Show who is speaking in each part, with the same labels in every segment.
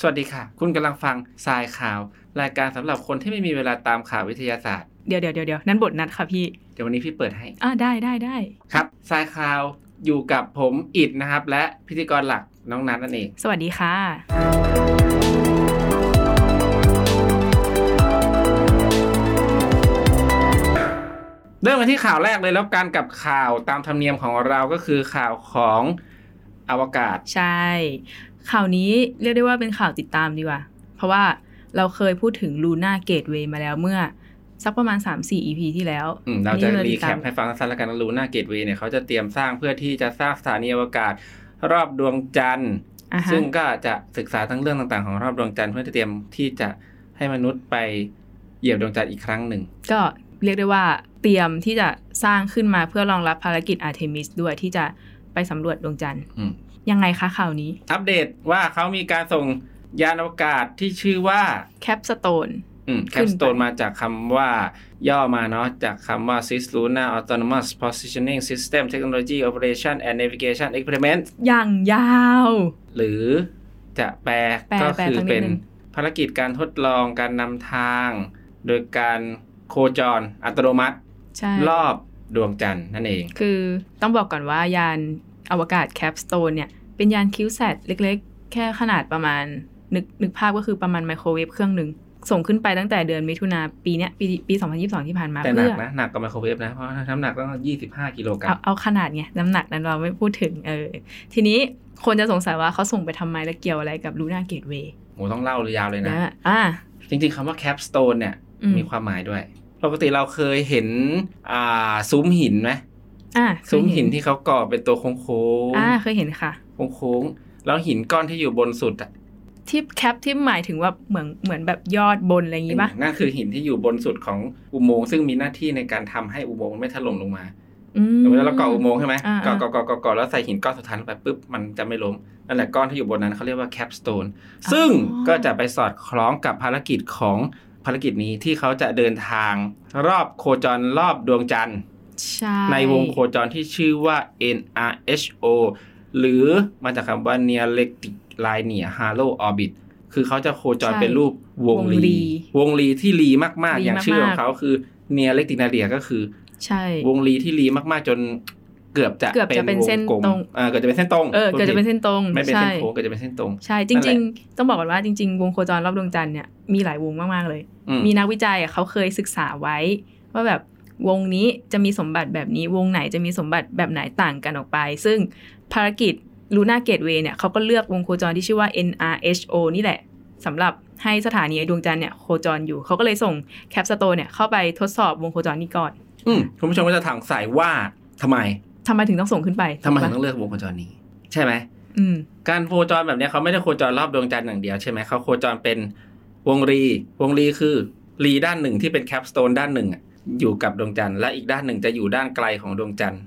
Speaker 1: สวัสดีค่ะ คุณกำลังฟังทรายข่าว รายการสำหรับคนที่ไม่มีเวลาตามข่าววิทยาศาสตร์
Speaker 2: เดี๋ยวเดี๋ยวเดี๋ยวเดี๋ยวนั่นบทนัดค่ะพี่
Speaker 1: เดี๋ยววันนี้พี่เปิดให้
Speaker 2: อ่าได้ได้ได้
Speaker 1: ครับทรายข่าวอยู่กับผมอิดนะครับ และพิธีกรหลักน้องนัทนั่นเอง
Speaker 2: สวัสดีค่ะ
Speaker 1: เริ่มกันที่ข่าวแรกเลยแล้วการกับข่าวตามธรรมเนียมของเราก็คือข่าวของอวกาศ
Speaker 2: ใช่ ข่าวนี้เรียกได้ว่าเป็นข่าวติดตามดีกว่า เพราะว่าเราเคยพูดถึงลูน่าเกตเวย์มาแล้วเมื่อ สักประมาณ 3-4 EP ที่แล้ว
Speaker 1: อืมเราจะ
Speaker 2: นี่ลย
Speaker 1: รี
Speaker 2: ติด
Speaker 1: แค
Speaker 2: ตา
Speaker 1: ปให้ฟังสั้นๆแล้วกันรู้หน้าเกตเวย์เนี่ยเขาจะเตรียมสร้างเพื่อที่จะสร้างสถานีอวกาศรอบดวงจันทร์
Speaker 2: อ่าฮะ
Speaker 1: ซึ่งก็จะศึกษาทั้งเรื่องต่างๆของรอบดวงจันทร์เพื่อเตรียมที่จะให้มนุษย์ไปเหยียบดวงจันทร์อีกครั้งหนึ่ง
Speaker 2: ก็เรียกได้ว่าเตรียมที่จะสร้างขึ้นมาเพื่อรองรับภารกิจอาร์เทมิสด้วยที่จะไปสำรวจดวงจันทร์
Speaker 1: อืม
Speaker 2: ยังไงคะข่าวนี้
Speaker 1: อัปเดตว่าเขามีการส่งยานอวกาศที่ชื่อว่า
Speaker 2: แคปสโตน
Speaker 1: แค
Speaker 2: ขึ้
Speaker 1: ป
Speaker 2: นไป
Speaker 1: สโตนมาจากคำว่าย่อมาเนาะจากคำว่า Sis Luna Autonomous Positioning System Technology Operation and Navigation Experiment
Speaker 2: อย่างยาว
Speaker 1: หรือจะแปล
Speaker 2: แปล
Speaker 1: ก็
Speaker 2: แปล
Speaker 1: คือ
Speaker 2: สักนิด
Speaker 1: เป็น
Speaker 2: นึง
Speaker 1: ภารกิจการทดลองการนำทาง โดยการโคจรอัตโนมัติ
Speaker 2: ใช่
Speaker 1: รอบดวงจันทร์นั่นเอง
Speaker 2: คือต้องบอกก่อนว่ายานอวกาศแคปสโตนเนี่ย เป็นยานคิวแซดเล็กๆ แค่ขนาดประมาณ นึกนึกภาพก็คือประมาณไมโครเวฟเครื่องหนึ่ง ส่งขึ้นไปตั้งแต่เดือนมิถุนาปีเนี้ยปีปี 2022 ที่ผ่านมา
Speaker 1: แต่หนั
Speaker 2: เพื่
Speaker 1: ก
Speaker 2: อ
Speaker 1: นะ หนักกว่าไมโครเวฟนะ เพราะน้ำหนักต้อง25 กิโลกรั
Speaker 2: เอา
Speaker 1: ม
Speaker 2: เอาขนาดไงน้ำหนักนั้นเราไม่พูดถึงเออทีนี้คนจะสงสัยว่าเขาส่งไปทำไมและเกี่ยวอะไรกับลูน่าเกตเวย์
Speaker 1: โหต้องเล่ายาวเลยนะ
Speaker 2: นะอ่า
Speaker 1: จริง ๆคำว่าแคปสโตนเนี่ย
Speaker 2: อื
Speaker 1: มีความหมายด้วย ปกติเราเคยเห็น อ่าซุ้มหินไหม
Speaker 2: อ่า
Speaker 1: ซุ้มหินที่เขาก่อเป็นตัวโค้งโค้ง
Speaker 2: อ่าเคยเห็นค่ะ
Speaker 1: โค้งโค้งๆแล้วหินก้อนที่อยู่บนสุดอ่ะ
Speaker 2: ที่แคปที่หมายถึงว่าเหมือนเหมือนแบบยอดบนอะไรอย่างงี้ปะ
Speaker 1: นั่นคือหินที่อยู่บนสุดของอุโมงค์ซึ่งมีหน้าที่ในการทำให้อุโมงค์ไม่ถล่มลงมา
Speaker 2: อืม
Speaker 1: เวลาเราก่ออุโมงค์ใช่ไหม
Speaker 2: อ่า
Speaker 1: ก่อ
Speaker 2: อ่า
Speaker 1: ก่อก่อก่อก่อแล้วใส่หินก้อนสุดท้ายลงไปปุ๊บมันจะไม่ล้มนั่นแหละก้อนที่อยู่บนนั้นเขาเรียกว่าแคปสโตน ซึ่งก็จะไปสอดคล้องกับภารกิจของภารกิจนี้ที่เขาจะเดินทางรอบโคจรรอบดวงจันทร์
Speaker 2: ใช่
Speaker 1: ในวงโคจรที่ชื่อว่า NRHO หรือมาจากคำว่า Near Elliptic Line Near Halo Orbit คือเขาจะโคจรเป็นรูปวงรี วงรีที่รีมากๆ อย่างชื่อของเขาคือ Near Elliptic Line ก็คือ
Speaker 2: ใช่
Speaker 1: วงรีที่รีมากๆ จนเกือบจะ
Speaker 2: เกือบจะเป็นเส้น
Speaker 1: วกลม
Speaker 2: ตรง
Speaker 1: อ่าเกือบจะเป็นเส้นตรง
Speaker 2: เออเกิดจะเป็นเส้นตรง
Speaker 1: ไม่เป็นเส้น
Speaker 2: ใช่
Speaker 1: โค้งเกือบจะเป็นเส้นตรง
Speaker 2: ใช่จ
Speaker 1: นั่
Speaker 2: ริ
Speaker 1: น
Speaker 2: ง
Speaker 1: แหละ
Speaker 2: ๆ ต้องบอกก่อนว่าจริง ๆ วงโคจรรอบดวงจันทร์เนี่ยมีหลายวงมากๆเลย
Speaker 1: อืม
Speaker 2: มีนักวิจัยอะเขาเคยศึกษาไว้ ว่าแบบวงนี้จะมีสมบัติแบบนี้วงไหนจะมีสมบัติแบบไหนต่างกันออกไป ซึ่งภารกิจลูน่าเกตเวย์เนี่ยเขาก็เลือกวงโคจรที่ชื่อว่า NRHO นี่แหละสำหรับให้สถานีดวงจันทร์เนี่ยโคจรอยู่เขาก็เลยส่งแคปสโตเนี่ยเข้าไปทดสอบวงโคจรนี้ก่อน
Speaker 1: อืมคุณผู้ชมก็จะถามสายว่าทำไม
Speaker 2: ทำไมถึงต้องส่งขึ้นไป
Speaker 1: ทำไมถึงต้องเลือกวงโคจรนี้ ใช่ไหม
Speaker 2: อืม
Speaker 1: การโคจรแบบเนี้ยเขาไม่ได้โคจรรอบดวงจันทร์อย่างเดียวใช่ไหมเขาโคจรเป็นวงรี วงรีคือรีด้านหนึ่งที่เป็นแคปสโตนด้านหนึ่งอะอยู่กับดวงจันทร์และอีกด้านหนึ่งจะอยู่ด้านไกลของดวงจันทร์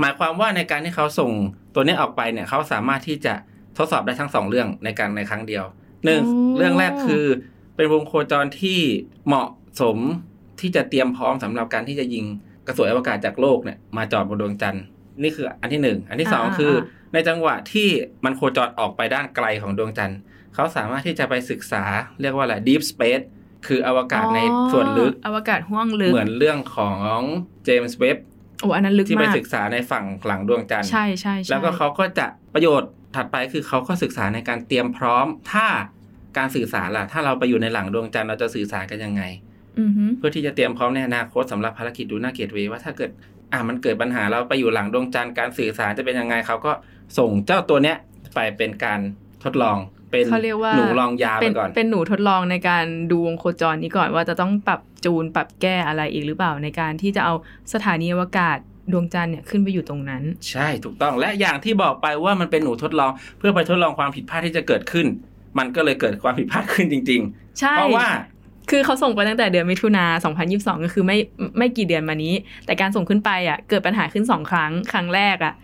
Speaker 1: หมายความว่าในการที่เขาส่งตัวเนี้ยออกไปเนี่ยเขาสามารถที่จะทดสอบได้ทั้งสองเรื่องในการในครั้งเดียวหนึ่งเรื่องแรกคือ เป็นวงโคจรที่เหมาะสมที่จะเตรียมพร้อมสำหรับการที่จะยิงกระสวยอวกาศจากโลกเนี่ยมาจอดบนดวงจันทร์นี่คืออันที่หนึ่งอันที่สองคืออ ในจังหวะที่มันโคจรออกไปด้านไกลของดวงจันทร์เขาสามารถที่จะไปศึกษาเรียกว่าอะไร deep space คืออวกาศในส่วนลึก
Speaker 2: อ๋ออวกาศห้วงลึก
Speaker 1: เหมือนเรื่องของเจมส์เว็บ
Speaker 2: โอ้อันนั้นลึก
Speaker 1: ที่ไป
Speaker 2: มาก
Speaker 1: ศึกษาในฝั่งหลังดวงจันทร์
Speaker 2: ใช่ใช่ใช่
Speaker 1: แล้วก็เขาก็จะประโยชน์ถัดไปคือเขาก็ศึกษาในการเตรียมพร้อม ถ้าการสื่อสารล่ะ ถ้าเราไปอยู่ในหลังดวงจันทร์เราจะสื่อสารกันยังไง
Speaker 2: อือฮึ
Speaker 1: เพื่อที่จะเตรียมพร้อมในอนาคตสำหรับภารกิจดูหน้าเกตเวย์ว่าถ้าเกิดอ่ะมันเกิดปัญหาเราไปอยู่หลังดวงจันทร์การสื่อสารจะเป็นยังไงเขาก็ส่งเจ้าตัวเนี้ยไปเป็นการทดลองเป็น
Speaker 2: เขาเรียกว่า
Speaker 1: หนูลองยาไป
Speaker 2: เป็น
Speaker 1: ก่อน
Speaker 2: เป็นหนูทดลองในการดูวงโคจรนี้ก่อนว่าจะต้องปรับจูนปรับแก้อะไรอีกหรือเปล่าในการที่จะเอาสถานีอวกาศดวงจันทร์เนี่ยขึ้นไปอยู่ตรงนั้น
Speaker 1: ใช่ถูกต้องและอย่างที่บอกไปว่ามันเป็นหนูทดลอง เพื่อไปทดลองความผิดพลาดที่จะเกิดขึ้น มันก็เลยเกิดความผิดพลาดขึ้นจริง
Speaker 2: ใช่
Speaker 1: ๆ เพราะว่า
Speaker 2: คือเขาส่งไปตั้งแต่เดือนมิถุนา2022 ก็คือไม่ไม่กี่เดือนมานี้ แต่การส่งขึ้นไปอ่ะเกิดปัญหาขึ้น 2 ครั้ง ครั้งแรกอ่ะ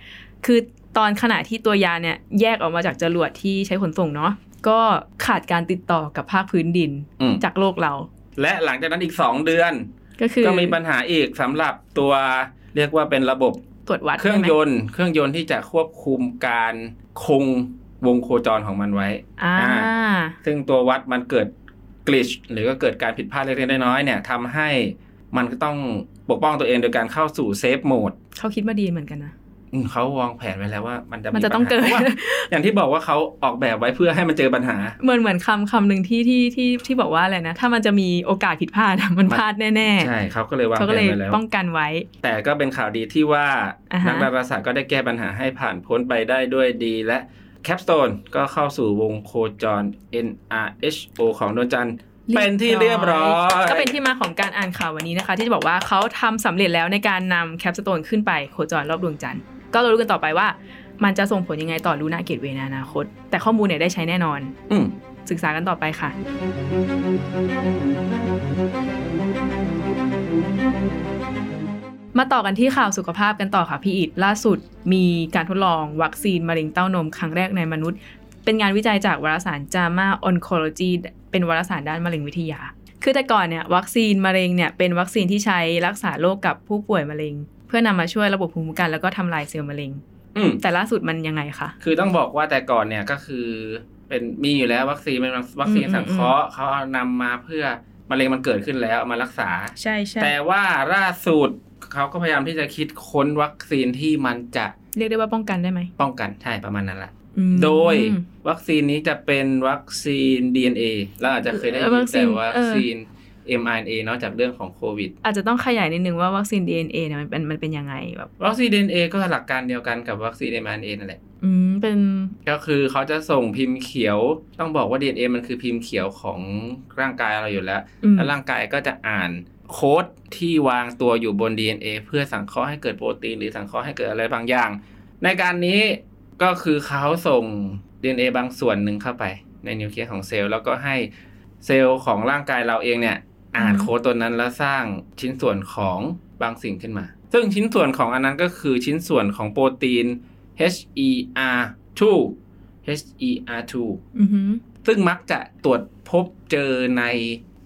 Speaker 2: คือตอนขณะที่ตัวยานเนี่ยแยกออกมาจากจรวดที่ใช้ขนส่งเนาะก็ขาดการติดต่อกับภาคพื้นดิน
Speaker 1: อืม
Speaker 2: จากโลกเรา
Speaker 1: และหลังจากนั้นอีก 2 เดือน
Speaker 2: ก็คือ
Speaker 1: ก็มีปัญหาอีกสำหรับตัวเรียกว่าเป็นระบบ
Speaker 2: ตรวจวัด
Speaker 1: เครื่อง
Speaker 2: ใช่
Speaker 1: ย
Speaker 2: ไหม
Speaker 1: นต์เครื่องยนต์ที่จะควบคุมการคงวงโคจรของมันไว้
Speaker 2: อ่า
Speaker 1: อ่ ซึ่งตัววัดมันเกิดกลิชหรือก็เกิดการผิดพลาดเล็กๆน้อยๆเนี่ยทำให้มันก็ต้องปกป้องตัวเองโดยการเข้าสู่เซฟโหมด
Speaker 2: เขาคิดมาดีเหมือนกันนะ
Speaker 1: อืมเขาวางแผนไว้แล้วว่ามันจะ
Speaker 2: มันจะต้อง
Speaker 1: ปัญหา
Speaker 2: เกิด
Speaker 1: พราะว่าอย่างที่บอกว่าเขาออกแบบไว้เพื่อให้มันเจอปัญหา
Speaker 2: เหมือนเหมือนคำคำหนึ่งที่ที่ที่ที่บอกว่าอะไรนะ ถ้ามันจะมีโอกาสผิดพลาดอะมันพลาดแน่
Speaker 1: ใช่เขาก็เลยวาง
Speaker 2: เขา
Speaker 1: แผ
Speaker 2: ก็
Speaker 1: น
Speaker 2: เลย
Speaker 1: ไว้แล้ว
Speaker 2: ป้องกันไว้
Speaker 1: แต่ก็เป็นข่าวดีที่ว่า
Speaker 2: อ่าฮะ
Speaker 1: นักดาราศาสตร์ก็ได้แก้ปัญหาให้ผ่านพ้นไปได้ด้วยดีและแคปสโตนก็เข้าสู่วงโคจร NRHO ของดวงจันทร์ เป็นที่เรียบร้อย
Speaker 2: ก็เป็นที่มาของการอ่านข่าววันนี้นะคะ ที่จะบอกว่าเขาทำสำเร็จแล้วในการนำแคปสโตนขึ้นไปโคจรรอบดวงจันทร์ก็เรารู้กันต่อไปว่า มันจะส่งผลยังไงต่อลูนาเกตเวในอนาคต แต่ข้อมูลเนี่ยได้ใช้แน่นอน
Speaker 1: อืม
Speaker 2: ศึกษากันต่อไปค่ะ มาต่อกันที่ข่าวสุขภาพกันต่อค่ะพี่อิดล่าสุดมีการทดลองวัคซีนมะเร็งเต้านมครั้งแรกในมนุษย์ เป็นงานวิจัยจากวารสาร JAMA Oncology เป็นวารสารด้านมะเร็งวิทยา คือแต่ก่อนเนี่ยวัคซีนมะเร็งเนี่ยเป็นวัคซีนที่ใช้รักษาโรคกับผู้ป่วยมะเร็ง เพื่อนำมาช่วยระบบภูมิคุ้มกันแล้วก็ทำลายเซลล์มะเร็ง
Speaker 1: อืม
Speaker 2: แต่ล่าสุดมันยังไงคะ
Speaker 1: คือต้องบอกว่าแต่ก่อนเนี่ยก็คือเป็นมีอยู่แล้ววัคซีนเป็นวัคซีน
Speaker 2: อืม
Speaker 1: สังเคราะห์เขาเอานำมาเพื่อมะเร็งมันเกิดขึ้นแล้วเอามารักษา
Speaker 2: ใช่ใช่
Speaker 1: แต่ว่าล่าสุดเขาก็พยายามที่จะคิดค้นวัคซีนที่มันจะ
Speaker 2: เรียกได้ว่าป้องกันได้ไหม
Speaker 1: ป้องกันใช่ประมาณนั้นแหละ
Speaker 2: อืม
Speaker 1: โดยวัคซีนนี้จะเป็นวัคซีน DNA เราอาจจะเคยได้ยิ
Speaker 2: เออน วัคซี
Speaker 1: แต่
Speaker 2: น
Speaker 1: วัคซีน mRNA เนอกจากเรื่องของโควิด
Speaker 2: อาจจะต้องขยายนิดนึงว่าวัคซีน DNA เนี่ยมันเป็นมันเป็นยังไงแบบ
Speaker 1: วัคซีน DNA ก็หลักการเดียวกันกับวัคซีน mRNA นั่นแหละ
Speaker 2: อืมเป็น
Speaker 1: ก็คือเขาจะส่งพิมพ์เขียว ต้องบอกว่า DNA มันคือพิมพ์เขียวของร่างกายเราอยู่แล้ว
Speaker 2: อืม
Speaker 1: แล้วร่างกายก็จะอ่านโค้ดที่วางตัวอยู่บน DNA เพื่อสังเคราะห์ให้เกิดโปรตีน หรือสังเคราะห์ให้เกิดอะไรบางอย่าง ในการนี้ก็คือเขาส่ง DNA บางส่วนหนึ่งเข้าไป ในนิวเคลียสของเซลล์แล้วก็ให้เซลล์ของร่างกายเราเองเนี่ยอ่านโค้ดตัวนั้นแล้วสร้างชิ้นส่วนของบางสิ่งขึ้นมา ซึ่งชิ้นส่วนของอันนั้นก็คือชิ้นส่วนของโปรตีน HER2 HER2
Speaker 2: อือหือ
Speaker 1: ซึ่งมักจะตรวจพบเจอใน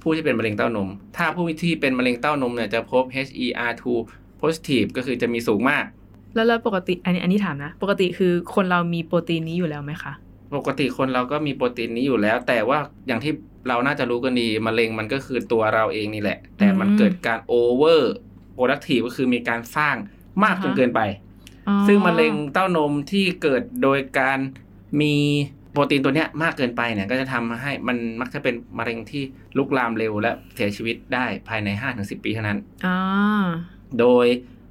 Speaker 1: ผู้ที่เป็นมะเร็งเต้านม ถ้าผู้ที่เป็นมะเร็งเต้านมเนี่ยจะพบ HER2 positive ก็คือจะมีสูงมาก
Speaker 2: แล้วแล้วปกติอันนี้อันนี้ถามนะ ปกติคือคนเรามีโปรตีนนี้อยู่แล้วไหมคะ
Speaker 1: ปกติคนเราก็มีโปรตีนนี้อยู่แล้ว แต่ว่าอย่างที่เราน่าจะรู้กันดีมะเร็งมันก็คือตัวเราเองนี่แหละ แต่มัน
Speaker 2: อืม
Speaker 1: เกิดการ over productive ก็คือมีการสร้างมากจนเกินไป
Speaker 2: อ๋อ
Speaker 1: ซึ่งมะเร็งเต้านมที่เกิดโดยการมีโปรตีนตัวเนี้ยมากเกินไปเนี่ยก็จะทำให้มันมักจะเป็นมะเร็งที่ลุกลามเร็วและเสียชีวิตได้ภายใน 5-10 ปีเท่านั้น
Speaker 2: อ๋อ
Speaker 1: โดย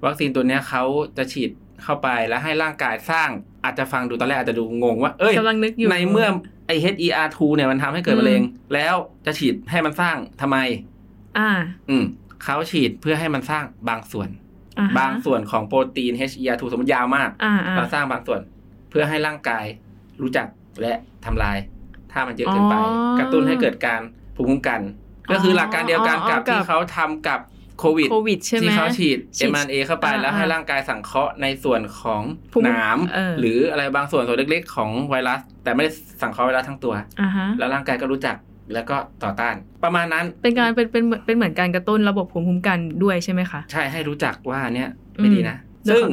Speaker 1: วัคซีนตัวเนี้ยเขาจะฉีดเข้าไปแล้วให้ร่างกายสร้างอาจจะฟังดูตอนแรกอาจจะดูงงว่า เอ้ย
Speaker 2: กำลังนึกอยู่
Speaker 1: ในเมื่อไอ HER2 เนี่ยมันทำให้เกิดมะเร็ง แล้วจะฉีดให้มันสร้างทำไม
Speaker 2: อ่า
Speaker 1: อืมเขาฉีดเพื่อให้มันสร้างบางส่วน
Speaker 2: อ่ฮะ
Speaker 1: บางส่วนของโปรตีน HER2 สมมติยาวมาก
Speaker 2: อ่าอ่า
Speaker 1: เราสร้างบางส่วนเพื่อให้ร่างกายรู้จักและทำลาย ถ้ามันเยอะเกินไป กระตุ้นให้เกิดการภูมิคุ้มกัน ก็คือหลักการเดียวกันกับที่เขาทำกับโควิด
Speaker 2: โควิดใช่ไหม
Speaker 1: ที่เขาฉีด
Speaker 2: ฉีด
Speaker 1: m r n a เข้าไป
Speaker 2: อ่า
Speaker 1: แล้วให้ร่างกายสังเคราะห์ในส่วนของ
Speaker 2: ภูมิ
Speaker 1: หนาม
Speaker 2: เออ
Speaker 1: หรืออะไรบางส่วนส่วนเล็กๆ ของไวรัส แต่ไม่ได้สังเคราะห์ไวรัสทั้งตัว
Speaker 2: อ่าฮะ
Speaker 1: แล้วร่างกายก็รู้จักแล้วก็ต่อต้าน ประมาณนั้น
Speaker 2: เป็นการเป็นเป็นเหมือนเป็นเหมือนการกระตุ้นระบบภูมิคุ้มกันด้วยใช่ไหมคะ
Speaker 1: ใช่ให้รู้จักว่าเนี่ยไม่ดีนะ
Speaker 2: อืม
Speaker 1: ซึ่ง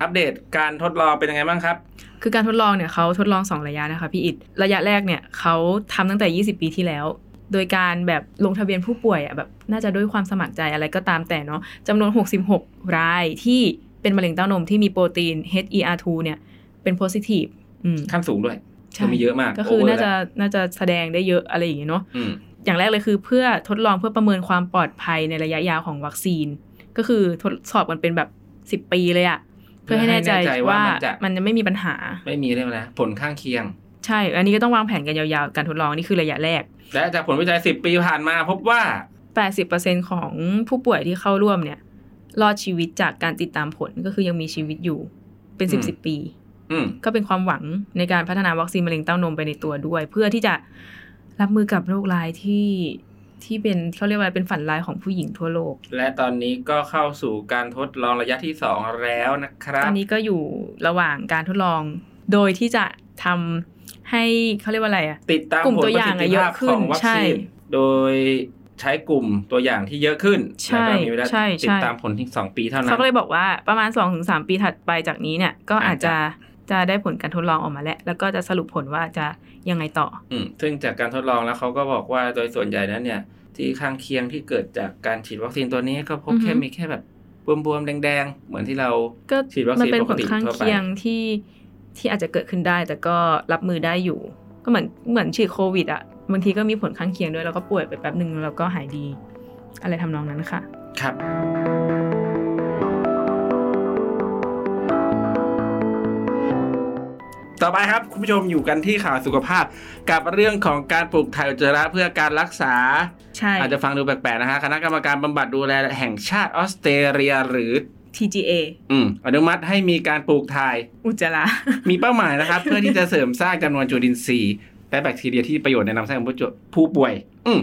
Speaker 1: อัปเดตการทดลองเป็นยังไงบ้างครับ
Speaker 2: คือการทดลองเนี่ยเขาทดลอง 2 ระยะนะคะพี่อิดระยะแรกเนี่ยเขาทำตั้งแต่ 20 ปีที่แล้ว โดยการแบบลงทะเบียนผู้ป่วยอะแบบน่าจะด้วยความสมัครใจอะไรก็ตามแต่เนาะจำนวน 66 รายที่เป็นมะเร็งเต้านมที่มีโปรตีน HER2 เนี่ยเป็น positive อืม
Speaker 1: ขั้นสูงด้วย
Speaker 2: ใช่
Speaker 1: ก็มีเยอะมาก
Speaker 2: ก็คือ
Speaker 1: โเวร์
Speaker 2: น่าจะ
Speaker 1: แล้ว
Speaker 2: น่าจะแสดงได้เยอะอะไรอย่างเงี้ยเนาะ
Speaker 1: อืม
Speaker 2: อย่างแรกเลยคือเพื่อทดลองเพื่อประเมินความปลอดภัยในระยะยาวของวัคซีน ก็คือทดสอบกันเป็นแบบสิบปีเลยอะ
Speaker 1: เพื่
Speaker 2: เพื่อ
Speaker 1: อให้
Speaker 2: ให้แน่ใจ
Speaker 1: แน่ใจว่า
Speaker 2: ว่าม
Speaker 1: นจะ
Speaker 2: มันจะไม่มีปัญหา
Speaker 1: ไม่มีเลยนะผลข้างเคียง
Speaker 2: ใช่ อันนี้ก็ต้องวางแผนกันยาวๆ การทดลองนี่คือระยะแรก
Speaker 1: และจากผลวิจัย 10 ปีผ่านมาพบว่า
Speaker 2: 80%ของผู้ป่วยที่เข้าร่วมเนี่ย รอดชีวิตจากการติดตามผลก็คือยังมีชีวิตอยู่เป็น
Speaker 1: อื
Speaker 2: 10บ
Speaker 1: ม
Speaker 2: สปี
Speaker 1: อืม
Speaker 2: ก็เป็นความหวังในการพัฒนาวัคซีนมะเร็งเต้านมไปในตัวด้วย เพื่อที่จะรับมือกับโรคร้ายที่ที่เป็นเขาเรียกว่าอะไรเป็นฝันร้ายของผู้หญิงทั่วโลก
Speaker 1: และตอนนี้ก็เข้าสู่การทดลองระยะที่ 2 แล้วนะครั
Speaker 2: ต
Speaker 1: บ
Speaker 2: อนนี้ก็อยู่ระหว่างการทดลอง โดยที่จะทำให้เขาเรียกว่าอะไรอะ
Speaker 1: ติดตาม
Speaker 2: กลุ่ม
Speaker 1: ผล
Speaker 2: ตัว
Speaker 1: ป
Speaker 2: อ
Speaker 1: ระ
Speaker 2: ย่า
Speaker 1: สิ
Speaker 2: ง
Speaker 1: ท
Speaker 2: อะ
Speaker 1: ธิ
Speaker 2: เยอะ
Speaker 1: ภาพ
Speaker 2: ขึ้
Speaker 1: ข
Speaker 2: น
Speaker 1: องวัค
Speaker 2: ใช่
Speaker 1: ซีนโดยใช้กลุ่มตัวอย่างที่เยอะขึ้น
Speaker 2: ใช่
Speaker 1: แล้วก็มีเวลา
Speaker 2: ใช่ใช่
Speaker 1: ติดตามผลที่ 2 ปีเท่านั้
Speaker 2: เขา
Speaker 1: น
Speaker 2: ก็เลยบอกว่าประมาณ 2-3ถึงปีถัดไปจากนี้เนี่ย ก็อาจจะ จะได้ผลการทดลองออกมาแล้ว แล้วก็จะสรุปผลว่าจะยังไงต่อ
Speaker 1: อืมซึ่งจากการทดลองแล้วเขาก็บอกว่าโดยส่วนใหญ่นั้นเนี่ย ที่ข้างเคียงที่เกิดจากการฉีดวัคซีนตัวนี้ก็พบแค่
Speaker 2: อือฮึ
Speaker 1: มีแค่แบบบวมๆแดงๆ เหมือนที่เรา
Speaker 2: ก็
Speaker 1: ฉีดวัคซีน
Speaker 2: มัเป็น
Speaker 1: ป
Speaker 2: ผ
Speaker 1: ก
Speaker 2: ล
Speaker 1: ติ
Speaker 2: ข้าง
Speaker 1: ทั่วไป
Speaker 2: เคียงที่ที่อาจจะเกิดขึ้นได้ แต่ก็รับมือได้อยู่ ก็เหมือนเหมือนฉีดโควิดอะบางทีก็มีผลข้างเคียงด้วยแล้วก็ป่วยไปแป๊บหนึ่งแล้วก็หายดี อะไรทำนองนั้นค่ะ
Speaker 1: ครับ ต่อไปครับ คุณผู้ชมอยู่กันที่ข่าวสุขภาพ กับเรื่องของการปลูกถ่ายอุจจาระเพื่อการรักษา
Speaker 2: ใช่
Speaker 1: อาจจะฟังดูแปลกๆนะฮะ คณะกรรมการบำบัดดูแลแห่งชาติออสเตรเลียหรือ
Speaker 2: TGA
Speaker 1: อืมอนุมัติให้มีการปลูกถ่าย
Speaker 2: อุจจาระ
Speaker 1: มีเป้าหมายนะครับ เพื่อที่จะเสริมสร้างจำนวนจุลินทรีย์และแบคทีเรียที่ประโยชน์ในลำไส้ของผู้จผู้ป่วย อืม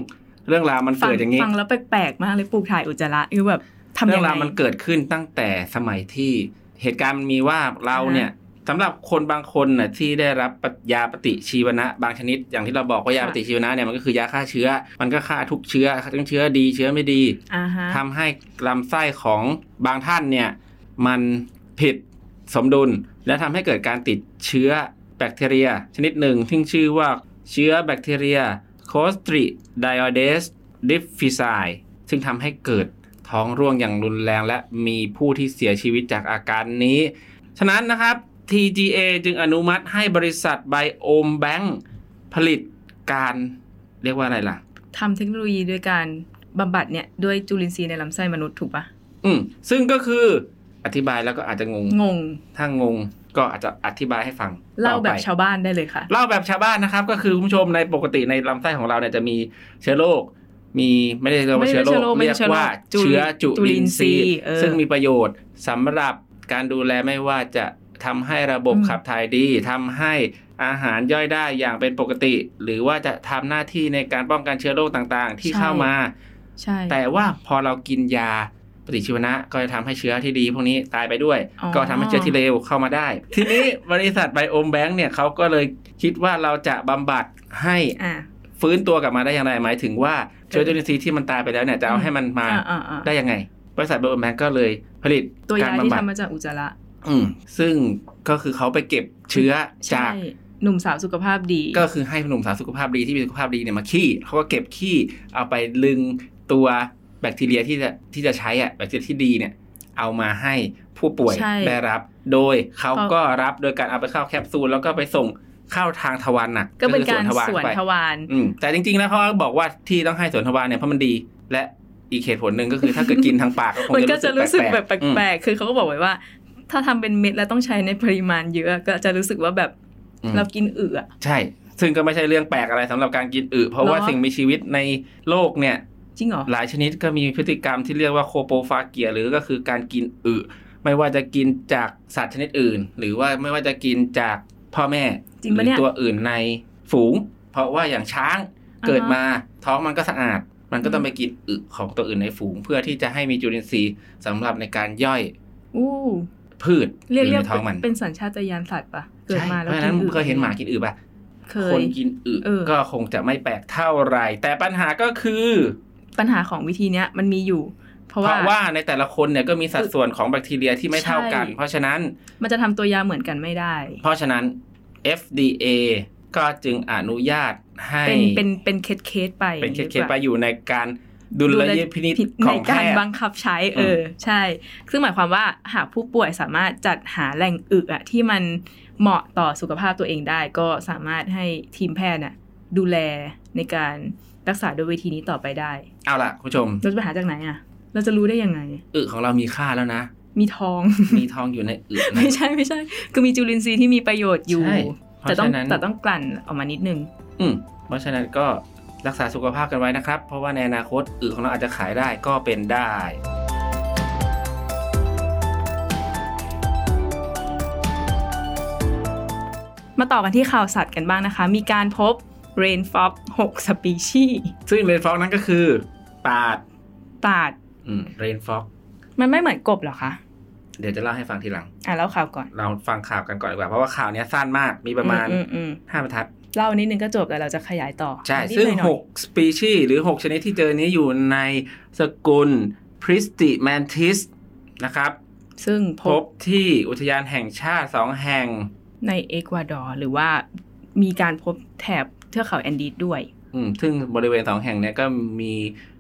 Speaker 1: เรื่องราวมัน
Speaker 2: ฟั
Speaker 1: เกิดอย่างนี้
Speaker 2: ฟังแล้วแปลกๆมากเลยปลูกถ่ายอุจจาระคือแบบทำ
Speaker 1: เรื่อ
Speaker 2: ยั
Speaker 1: ง ง
Speaker 2: ไง
Speaker 1: ราวมันเกิดขึ้นตั้งแต่สมัยที่เหตุการณ์มันมีว่าเรา
Speaker 2: อ่าฮะ
Speaker 1: เนี่ยสำหรับคนบางคนน่ะที่ได้รับปะยาปฏิชีวนะ บางชนิด อย่างที่เราบอกว่ายาปฏิชีวนะเนี่ยมันก็คือยาฆ่าเชื้อ มันก็ฆ่าทุกเชื้อทั้งเชื้อดีเชื้อไม่ดี
Speaker 2: อ่าฮะ
Speaker 1: ทำให้ลำไส้ของบางท่านเนี่ยมันผิดสมดุล และทำให้เกิดการติดเชื้อแบคทีเรีย ชนิดหนึ่งที่ชื่อว่าเชื้อแบคทีเรีย c o s t r i d i o d e s difficile ซึ่งทำให้เกิดท้องร่วงอย่างรุนแรงและมีผู้ที่เสียชีวิตจากอาการนี้ ฉะนั้นนะครับ TGA จึงอนุมัติให้บริษัทไบโอมแบงค์ผลิตการเรียกว่าอะไรล่ะ
Speaker 2: ทำเทคโนโลยีด้วยการบำบัดเนี่ยด้วยจุลินทรีย์ในลำไส้มนุษย์ถูกปะ
Speaker 1: อืมซึ่งก็คืออธิบายแล้วก็อาจจะงง
Speaker 2: งง
Speaker 1: ถ้างงก็อาจจะอธิบายให้ฟัง
Speaker 2: เล่า
Speaker 1: ต่อ
Speaker 2: แบ
Speaker 1: ไป
Speaker 2: บชาวบ้านได้เลยค่ะ
Speaker 1: เล่าแบบชาวบ้านนะครับ ก็คือคุณผู้ชมในปกติในลำไส้ของเราเนี่ยจะมีเชื้อโรคมีไม่ได้เรียกว่าเชื้อโรค
Speaker 2: ไม่
Speaker 1: เรี
Speaker 2: ได้
Speaker 1: ยก
Speaker 2: เชื้อโรค
Speaker 1: ว่า
Speaker 2: จุ
Speaker 1: เชื้อจุ
Speaker 2: ลิน
Speaker 1: ลินทรี
Speaker 2: จุลินทรีย์
Speaker 1: ย์
Speaker 2: เออ
Speaker 1: ซึ่งมีประโยชน์สำหรับการดูแลไม่ว่าจะทำให้ระบบ
Speaker 2: อืม
Speaker 1: ขับถ่ายดีทำให้อาหารย่อยได้อย่างเป็นปกติ หรือว่าจะทำหน้าที่ในการป้องกันเชื้อโรคต่างๆ ที่เข้ามา
Speaker 2: ใช่
Speaker 1: แต่ว่าพอเรากินยาปฏิชีวนะก็จะทำให้เชื้อที่ดีพวกนี้ตายไปด้วย
Speaker 2: อ๋อ
Speaker 1: ก็ทำให้เชื้อที่เลวเข้ามาได้ ทีนี้บริษัทไบโอมแบงค์เนี่ยเขาก็เลยคิดว่าเราจะบำบัดให้
Speaker 2: อ่า
Speaker 1: ฟื้นตัวกลับมาได้อย่างไรหมายถึงว่าเชื้อจุลินทรีย์ที่มันตายไปแล้วเนี่ยจะเอา
Speaker 2: อืม
Speaker 1: ให้มันมา
Speaker 2: อ่าอ่า
Speaker 1: ได้ยังไง บริษัทไบโอมแบงค์ก็เลยผลิต
Speaker 2: ตัวยา
Speaker 1: การบำ
Speaker 2: ที่
Speaker 1: บัด
Speaker 2: ทำมาจากอุจจาระ
Speaker 1: อืมซึ่งก็คือเขาไปเก็บเชื้อจา
Speaker 2: ใช่
Speaker 1: ก
Speaker 2: หนุ่มสาวสุขภาพดี
Speaker 1: ก็คือให้หนุ่มสาวสุขภาพดีที่มีสุขภาพดีเนี่ยมาขี้เขาก็เก็บขี้เอาไปลึงตัวแบคทีเรียที่จะที่จะใช้อะแบคทีเรียที่ดีเนี่ย เอามาให้ผู้ป่วย
Speaker 2: ใช่
Speaker 1: ได้รับ โดยเขา
Speaker 2: เพราะ
Speaker 1: ก็รับโดยการเอาไปเข้าแคปซูลแล้วก็ไปส่งเข้าทางทวารหนัก
Speaker 2: ก็เป็นการ
Speaker 1: คือ
Speaker 2: สวน
Speaker 1: ไป
Speaker 2: ทวาร
Speaker 1: อืมแต่จริงๆแล้วเขาบอกว่าที่ต้องให้สวนทวารเนี่ยเพราะมันดี และอีกเหตุผลหนึ่งก็คือถ้าเกิดกินทางปากก็คง
Speaker 2: มันก็จะ
Speaker 1: จะ
Speaker 2: รู้สึกแบบแปล
Speaker 1: ก
Speaker 2: กๆ คือเขาก็บอกไว้ว่า ถ้าทำเป็นเม็ดแล้วต้องใช้ในปริมาณเยอะ ก็จะรู้สึกว่าแบบ
Speaker 1: ๆอืม
Speaker 2: เรากินอึอะ
Speaker 1: ใช่ ซึ่งก็ไม่ใช่เรื่องแปลกอะไรสำหรับการกินอึ เพราะว่า
Speaker 2: เหรอ
Speaker 1: สิ่งมีชีวิตในโลกเนี่ย
Speaker 2: จริงเหรอ
Speaker 1: หลายชนิดก็มีพฤติกรรมที่เรียกว่าโคโปฟาเกีย หรือก็คือการกินอึ ไม่ว่าจะกินจากสัตว์ชนิดอื่น หรือว่าไม่ว่าจะกินจากพ่อแม่
Speaker 2: จริงปะเนี่
Speaker 1: ห
Speaker 2: ย
Speaker 1: อตัวอื่นในฝูง เพราะว่าอย่างช้าง
Speaker 2: อ่าฮะ
Speaker 1: เกิดมาท้องมันก็สะอาด มันก็ต้อง
Speaker 2: อืม
Speaker 1: ไปกินอึของตัวอื่นในฝูง เพื่อที่จะให้มีจุลินทรีย์สำหรับในการย่อย
Speaker 2: อู้
Speaker 1: พืช
Speaker 2: เรียก
Speaker 1: อ
Speaker 2: เรีย
Speaker 1: ยู่
Speaker 2: ก
Speaker 1: ในท้องมัน
Speaker 2: เป็นสัญชาตญาณสัตว์ปะเกิด
Speaker 1: ใช่
Speaker 2: มาแล้ว
Speaker 1: เพราะฉะนั้
Speaker 2: กิ
Speaker 1: น น
Speaker 2: อึ
Speaker 1: เคยเห็นหมากินอึป่ะ
Speaker 2: เค
Speaker 1: คน
Speaker 2: ย
Speaker 1: กินอึ
Speaker 2: เออ
Speaker 1: ก็คงจะไม่แปลกเท่าไหร่ แต่ปัญหาก็คือ
Speaker 2: ปัญหาของวิธีเนี้ยมันมีอยู่ เพ
Speaker 1: เพ
Speaker 2: ราะว่า
Speaker 1: ราะว่าในแต่ละคนเนี่ยก็มีสัดส่วนของแบคทีเรียที่ไม่เท่ากัน
Speaker 2: ใช่
Speaker 1: เพราะฉะนั้น
Speaker 2: มันจะทำตัวยาเหมือนกันไม่ได้
Speaker 1: เพราะฉะนั้น FDA ก็จึงอนุญาตให้
Speaker 2: เป็นเป็นเป็นเคสเคสๆไป
Speaker 1: เป็นเคส
Speaker 2: หรือปล่า
Speaker 1: ไปอยู่ในการดุลยพินิจของ
Speaker 2: ใน
Speaker 1: แพ
Speaker 2: การ
Speaker 1: ทย์
Speaker 2: บังคับใช้เออ
Speaker 1: ม
Speaker 2: อใช่ ซึ่งหมายความว่าหากผู้ป่วยสามารถจัดหาแหล่งอึอะที่มันเหมาะต่อสุขภาพตัวเองได้ ก็สามารถให้ทีมแพทย์น่ะดูแลในการรักษาโดยวิธีนี้ต่อไปได้
Speaker 1: เอาล่ะคุณผู้ชม
Speaker 2: เราจะไปหาจากไหนอะเราจะรู้ได้ยังไง
Speaker 1: อึของเรามีค่าแล้วนะ
Speaker 2: มีท อง
Speaker 1: มีทองอยู่ในอึนะ
Speaker 2: ไม่ใช่ไม่ใช่ คือมีจุลินทรีย์ที่มีประโยชน์อยู่
Speaker 1: ใช่เพ
Speaker 2: แต่
Speaker 1: ราะ
Speaker 2: ต้อง
Speaker 1: ฉะนั้น
Speaker 2: แต่ต้องกลั่นออกมานิดนึง
Speaker 1: อืมเพราะฉะนั้นก็รักษาสุขภาพกันไว้นะครับ เพราะว่าในอนาคตอึของเราอาจจะขายได้ก็เป็นได้
Speaker 2: มาต่อกันที่ข่าวสัตว์กันบ้างนะคะ มีการพบ rain fox 6 สปีชีส์
Speaker 1: ซึ่งเรนฟ็อกนั้นก็คือปาด
Speaker 2: ตาด
Speaker 1: อืมเรนฟ็อก
Speaker 2: มันไม่เหมือนกบเหรอคะ
Speaker 1: เดี๋ยวจะเล่าให้ฟังทีหลัง
Speaker 2: อ่ะเล่าข่าวก่อน
Speaker 1: เราฟังข่าวกันก่อนดีกว่า เพราะว่าข่าวเนี้ยสั้นมากมีประมาณ
Speaker 2: อือือืม
Speaker 1: ห้าบรรทัด
Speaker 2: เล่านิดนึงก็จบแล้วเราจะขยายต่อ
Speaker 1: ใช่
Speaker 2: นิด
Speaker 1: ซึ่ง
Speaker 2: น่อยน่อย
Speaker 1: 6 สปีชีส์หรือ 6 ชนิดที่เจอนี้อยู่ในสกุล p r i s t i m a n t i s นะครับ
Speaker 2: ซึ่งพ
Speaker 1: พ
Speaker 2: บบ
Speaker 1: ที่อุทยานแห่งชาติ 2 แห่ง
Speaker 2: ในเอกวาดอร์หรือว่ามีการพบแถบเทือกเขาแอนดีสด้วย
Speaker 1: อืมซึ่งบริเวณสองแห่งเนี้ยก็มี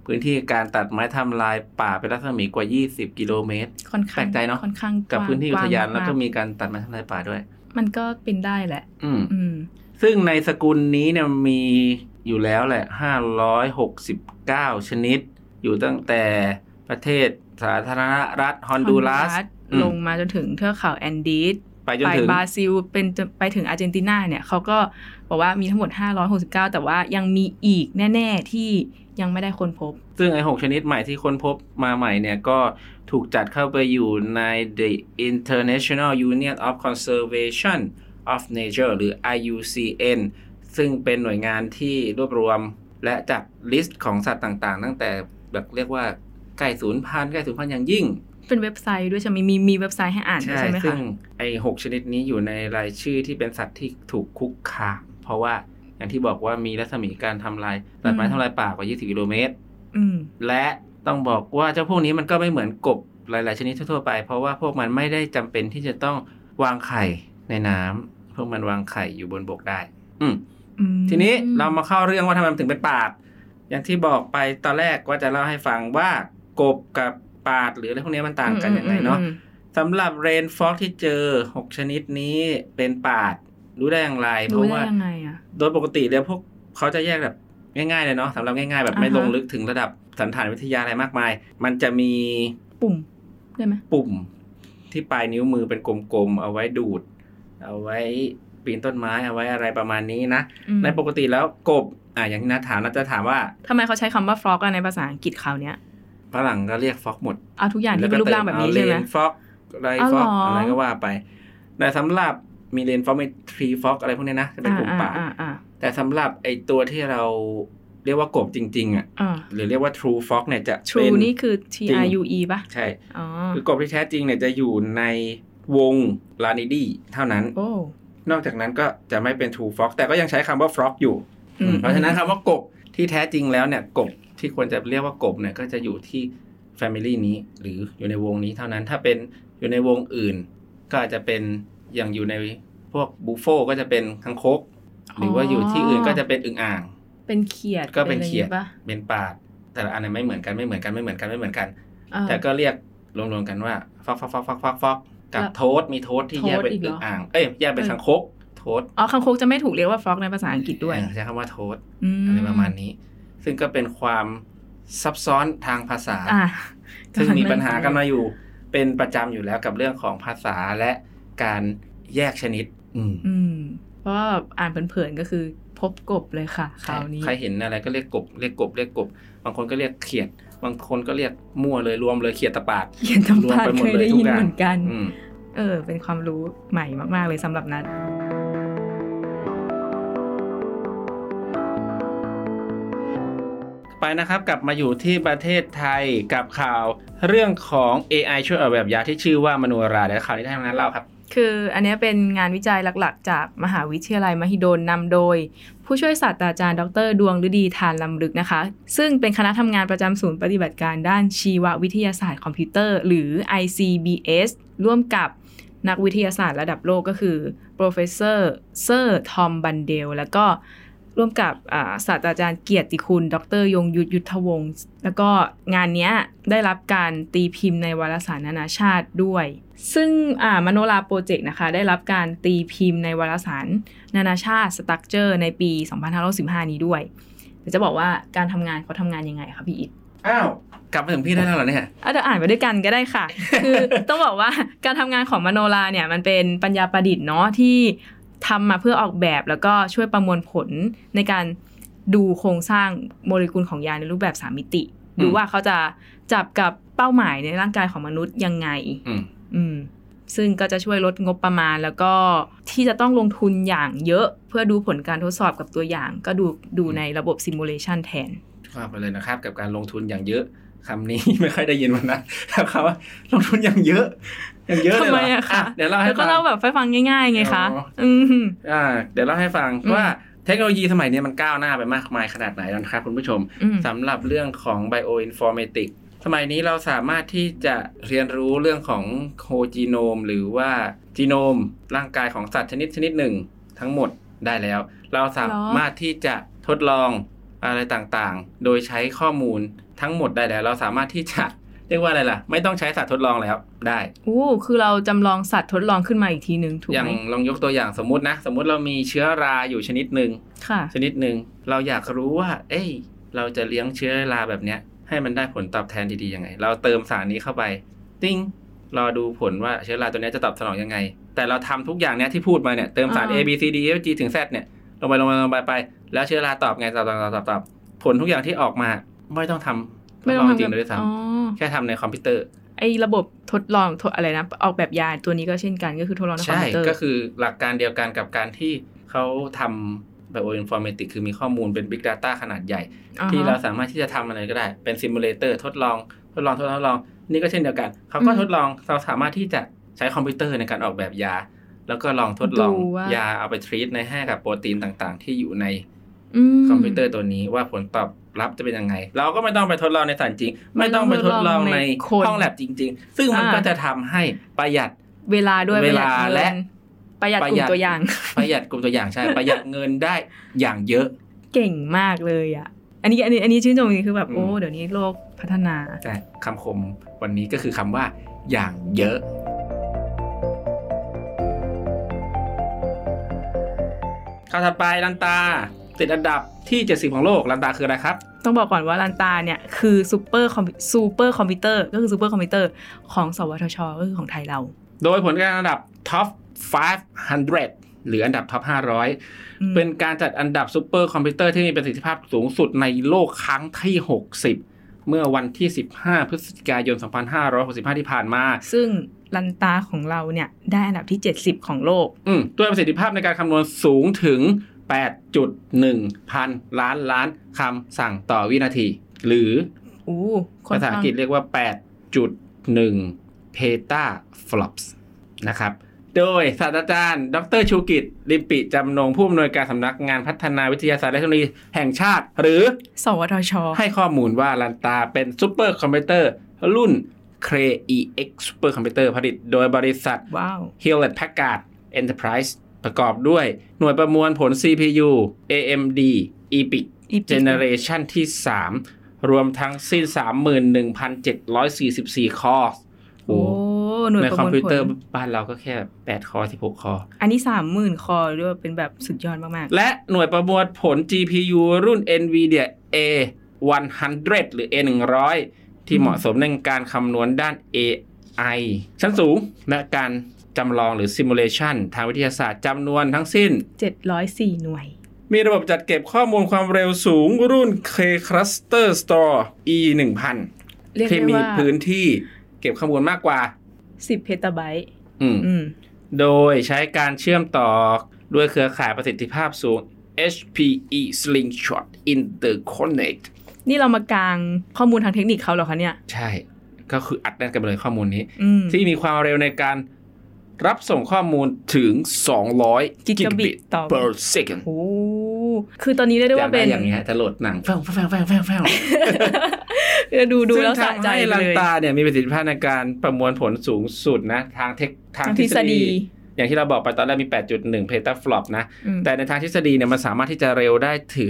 Speaker 1: พื้นที่การตัดไม้ทำลายป่าเป็นรัศมีกว่า 20 กิโลเมตร
Speaker 2: ค่อนข้าง
Speaker 1: แปลกใจเนอะ
Speaker 2: ค่อนข้าง
Speaker 1: กับพื้นที่อุทยานแล้วก็
Speaker 2: ง
Speaker 1: มีการตัดไม้ทำลายป่าด้วย
Speaker 2: มันก็เป็นได้แหละ
Speaker 1: อืม
Speaker 2: อืม
Speaker 1: ซึ่งในสกุลนี้เนี่ยมีอยู่แล้วแหละ 569 ชนิด อยู่ตั้งแต่ประเทศสาธารณรัฐฮอนดูรัส
Speaker 2: Honduras
Speaker 1: อืม
Speaker 2: ลงมาจนถึงเทือกเขาแอนดีส
Speaker 1: ไปจน
Speaker 2: ไป
Speaker 1: ถึง
Speaker 2: บราซิลเป็นจะไปถึงอาร์เจนตินาเนี่ยเขาก็บอกว่ามีทั้งหมด 569 แต่ว่ายังมีอีกแน่ ๆ ที่ยังไม่ได้ค้นพบ
Speaker 1: ซึ่งไอหกชนิดใหม่ที่ค้นพบมาใหม่เนี่ยก็ถูกจัดเข้าไปอยู่ใน the International Union of Conservation of Nature หรือ IUCN ซึ่งเป็นหน่วยงานที่รวบรวมและจัดลิสต์ของสัตว์ต่างๆ ตั้งแต่แบบเรียกว่าใกล้สูญพันธุ์ใกล้สูญพันธุ์อย่างยิ่ง
Speaker 2: เป็นเว็บไซต์ด้วยใช่ไหมมีมีเว็บไซต์ให้อ่านด้วยใช่ไหม
Speaker 1: ซึ่
Speaker 2: คะ
Speaker 1: งไอ้หกชนิดนี้อยู่ในรายชื่อที่เป็นสัตว์ที่ถูกคุกคาม เพราะว่าอย่างที่บอกว่ามีรัศมีการทำลายตัดไม้ทำลายป่ากว่า 20 กิโลเมตร
Speaker 2: อืม
Speaker 1: และต้องบอกว่าเจ้าพวกนี้มันก็ไม่เหมือนกบหลาย ๆ ชนิดทั่ว ๆ ไป เพราะว่าพวกมันไม่ได้จำเป็นที่จะต้องวางไข่ในน้ำพวกมันวางไข่อยู่บนบกได้ อืม
Speaker 2: อืม
Speaker 1: ทีนี้เรามาเข้าเรื่องว่าทำไมมันถึงเป็นปาด อย่างที่บอกไปตอนแรกว่าจะเล่าให้ฟังว่ากบกับปาดหรืออะไรพวกนี้มันต่างกันยังไงเนาะ
Speaker 2: อืม
Speaker 1: สำหรับเรนฟอกที่เจอ 6 ชนิดนี้เป็นปาด รู้ได้อย่างไร
Speaker 2: อืม
Speaker 1: เพ
Speaker 2: รู้
Speaker 1: ราะ
Speaker 2: ได้
Speaker 1: ว่า
Speaker 2: ยังไงอ่ะ
Speaker 1: โดยปกติแล้วพวกเขาจะแยกแบบง่ายๆเลยเนาะสำหรับง่ายๆ แบบไม่
Speaker 2: อ่าฮะ
Speaker 1: ลงลึกถึงระดับสันฐานวิทยาอะไรมากมาย มันจะมี
Speaker 2: ปุ่มได้ไหม
Speaker 1: ปุ่มที่ปลายนิ้วมือเป็นกลมๆ เอาไว้ดูด เอาไว้ปีนต้นไม้เอาไว้อะไรประมาณนี้นะ
Speaker 2: อืม
Speaker 1: ในปกติแล้วกบอ่ะอย่างที่นัทถามนัทจะถามว่า
Speaker 2: ทำไมเขาใช้คำว่าฟลอกในภาษาอังกฤษเขาวเนี้ย
Speaker 1: ฝรั่งก็เรียกฟอกหมด
Speaker 2: เอาทุกอย่างที่เป็นรูปร่างแบบนี้ใช่ไหม
Speaker 1: ฟอกไร
Speaker 2: อ๋อ
Speaker 1: ฟ
Speaker 2: เหร
Speaker 1: อ
Speaker 2: อ
Speaker 1: กอะไรก็ว่าไป แต่สำหรับมีเลนฟอกมีทรีฟอกอะไรพวกเนี้ยนะ จะเป็นกลุ่มป่า
Speaker 2: อ่าอ่า
Speaker 1: แต่สำหรับไอตัวที่เราเรียกว่ากบจริง ๆ อ่ะ
Speaker 2: อ่า
Speaker 1: หรือเรียกว่า True Fox เนี่ยจะเป็น
Speaker 2: True นี่คือ T
Speaker 1: จริง
Speaker 2: R U E ป่ะ
Speaker 1: ใช่
Speaker 2: อ๋อ
Speaker 1: คือกบที่แท้จริงเนี่ยจะอยู่ในวงลานิดีเท่านั้น
Speaker 2: โอ้
Speaker 1: นอกจากนั้นก็จะไม่เป็น True Fox แต่ก็ยังใช้คำว่า Frog อยู่
Speaker 2: อืม
Speaker 1: เพราะฉะนั้นคำว่ากบที่แท้จริงแล้วเนี่ยกบที่ควรจะเรียกว่ากบเนี่ยก็จะอยู่ที่ Family นี้ หรืออยู่ในวงนี้เท่านั้นถ้าเป็นอยู่ในวงอื่น ก็อาจจะเป็นอย่างอยู่ในพวกบูโฟก็จะเป็นคังคก หรือว่าอยู่ที่อื่นก็จะเป็นอึ่งอ่าง
Speaker 2: เป็นเขียด
Speaker 1: ก็เป็นเขียด
Speaker 2: อะไรอางงี้ป่ะ
Speaker 1: เป็นปาด แต่ละอันเนยไม่เหมือนกันไม่เหมือนกันไม่เหมือนกันไม่เหมือนกัน
Speaker 2: เออ
Speaker 1: แต่ก็เรียกรวมๆกันว่าฟอกฟอกฟอกฟอกฟอกฟอกกับ
Speaker 2: แล้ว
Speaker 1: โทษมีโทษที่แยกเป็น
Speaker 2: โทษอีกเหร
Speaker 1: อึ่
Speaker 2: อ
Speaker 1: งอ่างเอ้ยแยกเป็นคังคกโทษ
Speaker 2: อ๋อคังคกจะไม่ถูกเรียกว่าฟลอกในภาษาอังกฤษด้วย
Speaker 1: เออใช้คำว่าโทษ
Speaker 2: ม
Speaker 1: อะไรประมาณนี้ ซึ่งก็เป็นความซับซ้อนทางภาษา
Speaker 2: อ่ะ
Speaker 1: ซึ่งมีปัญหากันมาอยู่ เป็นประจำอยู่แล้วกับเรื่องของภาษาและการแยกชนิด อืม
Speaker 2: อืม เพราะว่าแบบอ่านเผินๆก็คือพบกบเลยค่ะคราวนี้
Speaker 1: ใครเห็นอะไรก็เรียกกบ เรียกกบ เรียกกบ บางคนก็เรียกเขียด บางคนก็เรียกมั่วเลยรวมเลยเขียดตะปาด
Speaker 2: เขียนตำปาด
Speaker 1: รวมไปหม
Speaker 2: เค
Speaker 1: ด
Speaker 2: ย
Speaker 1: เลย
Speaker 2: ได้
Speaker 1: ทุก
Speaker 2: ยิน
Speaker 1: อย่าง
Speaker 2: เหมือนกัน
Speaker 1: อืม
Speaker 2: เออ เป็นความรู้ใหม่มากๆเลยสำหรับนัท
Speaker 1: ไปนะครับกลับมาอยู่ที่ประเทศไทยกับข่าวเรื่องของ AI ช่วยออกแบบยาที่ชื่อว่ามโนราเดี๋ยวข่าวนี้ให้ทางนั้นเล่าครับ
Speaker 2: คืออันเนี้ยเป็นงานวิจัยหลักๆ จากมหาวิทยาลัยมหิดลนำโดย ผู้ช่วยศาสตราจารย์ดร ดวงฤดีทานลำลึกนะคะ ซึ่งเป็นคณะทำงานประจำศูนย์ปฏิบัติการด้านชีววิทยาศาสตร์คอมพิวเตอร์ หรือ ICBS ร่วมกับนักวิทยาศาสตร์ระดับโลกก็คือ Professor เซอร์ทอมบันเดล แล้วก็ร่วมกับอ่าศาสตราจารย์เกียรติคุณ ดร ยงยุทธยุทธวงศ์แล้วก็งานเนี้ยได้รับการตีพิมพ์ในวารสารนานาชาติด้วย ซึ่งอ่ามโนราโปรเจกต์นะคะ ได้รับการตีพิมพ์ในวารสาร นานาชาติ Structure ในปี 2515 นี้ด้วยเดี๋ยวจะบอกว่าการทำงานเขาทำงานยังไงคะพี่อิท
Speaker 1: อ้าว กลับมาถึงพี่ได้แล้วเหรอเนี่ย
Speaker 2: อ่ะเดี๋ยวอ่านไปด้วยกันก็ได้ค่ะ คือต้องบอกว่าการทำงานของมโนราเนี่ย มันเป็นปัญญาประดิษฐ์เนาะที่ทำมาเพื่อออกแบบแล้วก็ช่วยประมวลผลในการดูโครงสร้างโมเลกุลของยาในรูปแบบสามมิติ
Speaker 1: อืม
Speaker 2: ดูว่าเขาจะจับกับเป้าหมายในร่างกายของมนุษย์ยังไง
Speaker 1: อืม
Speaker 2: อืมซึ่งก็จะช่วยลดงบประมาณแล้วก็ที่จะต้องลงทุนอย่างเยอะเพื่อดูผลการทดสอบกับตัวอย่าง ก็ดูดูในระบบซิมูเลชันแทน
Speaker 1: ว่าไปเลยนะครับกับการลงทุนอย่างเยอะคำนี้ ไม่ค่อยได้ยินวันนะแต่คำว่าลงทุนอย่างเยอะ อย่างเยอะเลย
Speaker 2: ทำ
Speaker 1: เหร
Speaker 2: ไม
Speaker 1: อ
Speaker 2: อะคะ
Speaker 1: อ่ะเดี๋ยวเล่าให้
Speaker 2: แล้ว
Speaker 1: ฟั
Speaker 2: ก็
Speaker 1: ง
Speaker 2: เล่าแบบไฟฟังง่ายๆไงคะ
Speaker 1: อ๋อ
Speaker 2: อืม
Speaker 1: อ่าเดี๋ยวเล่าให้ฟัง
Speaker 2: อืม
Speaker 1: ว่าเทคโนโลยีสมัยนี้มันก้าวหน้าไปมากมายขนาดไหนแล้วนะครับคุณผู้ชม
Speaker 2: อืม
Speaker 1: สำหรับเรื่องของ bioinformatics สมัยนี้เราสามารถที่จะเรียนรู้เรื่องของโคจีโนม หรือว่าจีโนมร่างกายของสัตว์ชนิดชนิดหนึ่งทั้งหมดได้แล้ว เราสามารถที่จะทดลองอะไรต่างๆ โดยใช้ข้อมูลทั้งหมดได้แล้ว เราสามารถที่จะเรียกว่าอะไรล่ะ ไม่ต้องใช้สัตว์ทดลองแล้วได้
Speaker 2: อู้คือเราจำลองสัตว์ทดลองขึ้นมาอีกทีหนึ่งถูก
Speaker 1: อย่าง
Speaker 2: ไหม
Speaker 1: ลองยกตัวอย่างสมมตินะ สมมติเรามีเชื้อราอยู่ชนิดหนึ่ง
Speaker 2: ค่ะ
Speaker 1: ชนิดหนึ่งเราอยากรู้ว่า เอ้ย เราจะเลี้ยงเชื้อราแบบเนี้ย ให้มันได้ผลตอบแทนดีๆยังไง เราเติมสารนี้เข้าไป ติ้งรอดูผลว่าเชื้อราตัวเนี้ยจะตอบสนองยังไง แต่เราทำทุกอย่างเนี้ยที่พูดมาเนี่ยเติมสาร
Speaker 2: อ่า
Speaker 1: A B C D E F G ถึง Z เนี่ยลงไปลงไปลงไปไป แล้วเชื้อราตอบไงตอบตอบตอบตอบตอบผลทุกอย่างที่ออกมาไม่ต้องทำทดลองจริงเลยด้วยซ้
Speaker 2: อ๋อ
Speaker 1: ำแค่ทำในคอมพิวเตอร์
Speaker 2: ไอระบบทดลองทดอะไรนะ ออกแบบยาตัวนี้ก็เช่นกันก็คือทดลองในคอม
Speaker 1: ใช่
Speaker 2: พิวเตอร์
Speaker 1: ก็คือหลักการเดียวกันกับการที่เขาทำ bioinformatics คือมีข้อมูลเป็น Big Data ขนาดใหญ่
Speaker 2: อ่าฮะ
Speaker 1: ที่เราสามารถที่จะทำอะไรก็ได้ เป็นซิมูเลเตอร์ทดลอง ทดลองทดลองทดลอง นี่ก็เช่นเดียวกันเขาก็
Speaker 2: อืม
Speaker 1: ทดลองเราสามารถที่จะใช้คอมพิวเตอร์ในการออกแบบยา แล้วก็ลองทดลอง
Speaker 2: ดูว่า
Speaker 1: ยาเอาไปทรีตในให้กับโปรตีนต่างๆ ที่อยู่ใน
Speaker 2: ม
Speaker 1: คอมพิวเตอร์ตัวนี้ว่าผลตอบรับจะเป็นยังไง เราก็ไม่ต้องไปทดลองในสารจริง ไม่ต้องไปทดลองใน
Speaker 2: คน
Speaker 1: ห้องแลบจริง ๆ ซึ่งมัน
Speaker 2: อ่า
Speaker 1: ก็จะทำให้ประหยัด
Speaker 2: เวลาด้วย
Speaker 1: เวลา
Speaker 2: ประหยัดเงิน
Speaker 1: และ
Speaker 2: ประหยัดกลุ่มตัวอย่าง
Speaker 1: ประหยัดกลุ่มตัวอย่างใช่ ประหยัดเงินได้อย่างเยอะ
Speaker 2: เก่งมากเลยอ่ะ อันนี้อันนี้อันนี้ชื่นชมจริงๆคือแบบ
Speaker 1: อืม
Speaker 2: โอ้เดี๋ยวนี้โลกพัฒนา
Speaker 1: แต่คำคมวันนี้ก็คือคำว่าอย่างเยอะ ข่าวถัดไปลันตา ติดอันดับที่ 70 ของโลกลันตาคืออะไรครับ
Speaker 2: ต้องบอกก่อนว่าลันตาเนี่ยคือซูเปอร์คอมซูเปอร์คอมพิวเตอร์ก็คือซูเปอร์คอมพิวเตอร์ของสวทช ก็คือของไทยเรา
Speaker 1: โดยผลการอันดับ Top 500 หรืออันดับ Top
Speaker 2: อื
Speaker 1: 500
Speaker 2: ม
Speaker 1: เป็นการจัดอันดับซูเปอร์คอมพิวเตอร์ที่มีประสิทธิภาพสูงสุดในโลกครั้งที่ 60 เมื่อวันที่ 15 พฤศจิกายน 2565 ที่ผ่านมา
Speaker 2: ซึ่งลันตาของเราเนี่ยได้อันดับที่ 70 ของโลก
Speaker 1: อืมด้วยประสิทธิภาพในการคำนวณสูงถึง 8.1 พันล้านล้านคำสั่งต่อวินาที หรือ
Speaker 2: อู้ค
Speaker 1: ภานษา
Speaker 2: ฟั
Speaker 1: อั
Speaker 2: ง
Speaker 1: งกฤษเรียกว่า 8.1 petaflops นะครับ โดยศาสตราจารย์ ดรชูกิจลิมปิจำนงผู้อำนวยการสำนักงานพัฒนาวิทยาศาสตร์และเทคโนโลยีแห่งชาติ หรือ
Speaker 2: สวทช
Speaker 1: ให้ข้อมูลว่าลันตาเป็นซูเปอร์คอมพิวเตอร์รุ่น c r e e x ซูเปอร์คอมพิวเตอร์ผลิตโดยบริษัท
Speaker 2: ว้าว
Speaker 1: h e l l e t Packard Enterprise ประกอบด้วยหน่วยประมวลผล CPU AMD EPIC
Speaker 2: EPIC
Speaker 1: Generation ที่ 3 รวมทั้งสิ้น 31,744 คอร์ส
Speaker 2: โอ้หน่วย
Speaker 1: ใน
Speaker 2: ประ
Speaker 1: คอม
Speaker 2: มวล
Speaker 1: พิว
Speaker 2: ผ
Speaker 1: เตอ
Speaker 2: ล
Speaker 1: ร์บ้านเราก็แค่ 8 คอร์ส16 คอร์ส
Speaker 2: อันนี้ 30,000 คอด้วยเป็นแบบสุดยอดมาก
Speaker 1: และหน่วยประมวลผล GPU รุ่น NVIDIA A100 หรือ A100 ที่
Speaker 2: อืม
Speaker 1: เหมาะสมในการคำนวณด้าน AI ชั้นสูง และการจำลองหรือ simulation ทางวิทยาศาสตร์จำนวนทั้งสิ้น
Speaker 2: ๆ 704 หน่วย
Speaker 1: มีระบบจัดเก็บข้อมูลความเร็วสูงรุ่น K Cluster Store E 1 0 0
Speaker 2: เรียก
Speaker 1: ที่
Speaker 2: ได้
Speaker 1: มี
Speaker 2: ว่า
Speaker 1: พื้นที่เก็บข้อมูลมากกว่า
Speaker 2: 10เพตาไบต์
Speaker 1: อืม
Speaker 2: อืม
Speaker 1: โดยใช้การเชื่อมต่อด้วยเครือข่ายประสิทธิภาพสูง HPE Slingshot Interconnect
Speaker 2: นี่เรามากางข้อมูลทางเทคนิคเขาเหรอคะเนี่ย
Speaker 1: ใช่ ก็คืออัดแน่นกันไปเลยข้อมูลนี้
Speaker 2: อืม
Speaker 1: ที่มีความเร็วในการรับส่งข้อมูลถึง 200
Speaker 2: กิกะบิต
Speaker 1: gigabit
Speaker 2: ต่อ
Speaker 1: per second
Speaker 2: โอ้คือตอนนี้เรียก
Speaker 1: อ
Speaker 2: ได้
Speaker 1: ยากได้
Speaker 2: ว่าเป็น
Speaker 1: อย่างเงี้ยจะโหลดหนังแฟงแฟงแฟงแฟงแฟง
Speaker 2: เออดูดูแล้วสะใจ
Speaker 1: ซึ่งทำห้ลั
Speaker 2: เล
Speaker 1: น
Speaker 2: ย
Speaker 1: ตาเนี่ยมีประสิทธิภาพในการประมวลผลสูงสุดนะทางเทคทาง
Speaker 2: ทาง
Speaker 1: ท
Speaker 2: ท
Speaker 1: ฤ
Speaker 2: ฤ
Speaker 1: ษ
Speaker 2: ษ
Speaker 1: ฎี
Speaker 2: ฎี
Speaker 1: อย่างที่เราบอกไปตอนแรกมี 8.1 เพตาฟลอปนะ
Speaker 2: อืม
Speaker 1: แต่ในทางทฤษฎีเนี่ยมันสามารถที่จะเร็วได้ถึง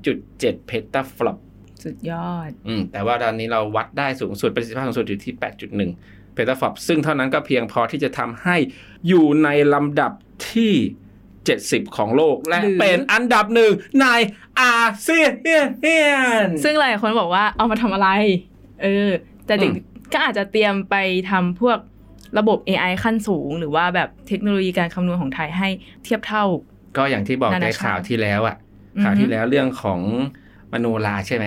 Speaker 1: 13.7 เพตาฟลอป
Speaker 2: สุดยอด
Speaker 1: อืมแต่ว่าตอนนี้เราวัดได้สูงสุดประสิทธิภาพสูงสุดอยู่ที่ 8.1 เพตาฟลอปซึ่งเท่านั้นก็เพียงพอที่จะทำให้อยู่ในลำดับที่ 70 ของโลก และ
Speaker 2: หรือ
Speaker 1: เป็นอันดับหนึ่งในอาเซียน
Speaker 2: ซึ่งหลายคนบอกว่าเอามาทำอะไร เออ แต่เด็ก
Speaker 1: อืม
Speaker 2: ก็อาจจะเตรียมไปทำพวกระบบ AI ขั้นสูง หรือว่าแบบเทคโนโลยีการคำนวณของไทยให้เทียบเท่า
Speaker 1: ก็อย่างที่บอก
Speaker 2: นา
Speaker 1: ใน
Speaker 2: นาชาติ
Speaker 1: ข่าวที่แล้วอะ
Speaker 2: อือฮึ
Speaker 1: ข่าวที่แล้วเรื่องของมโนราใช่ไหม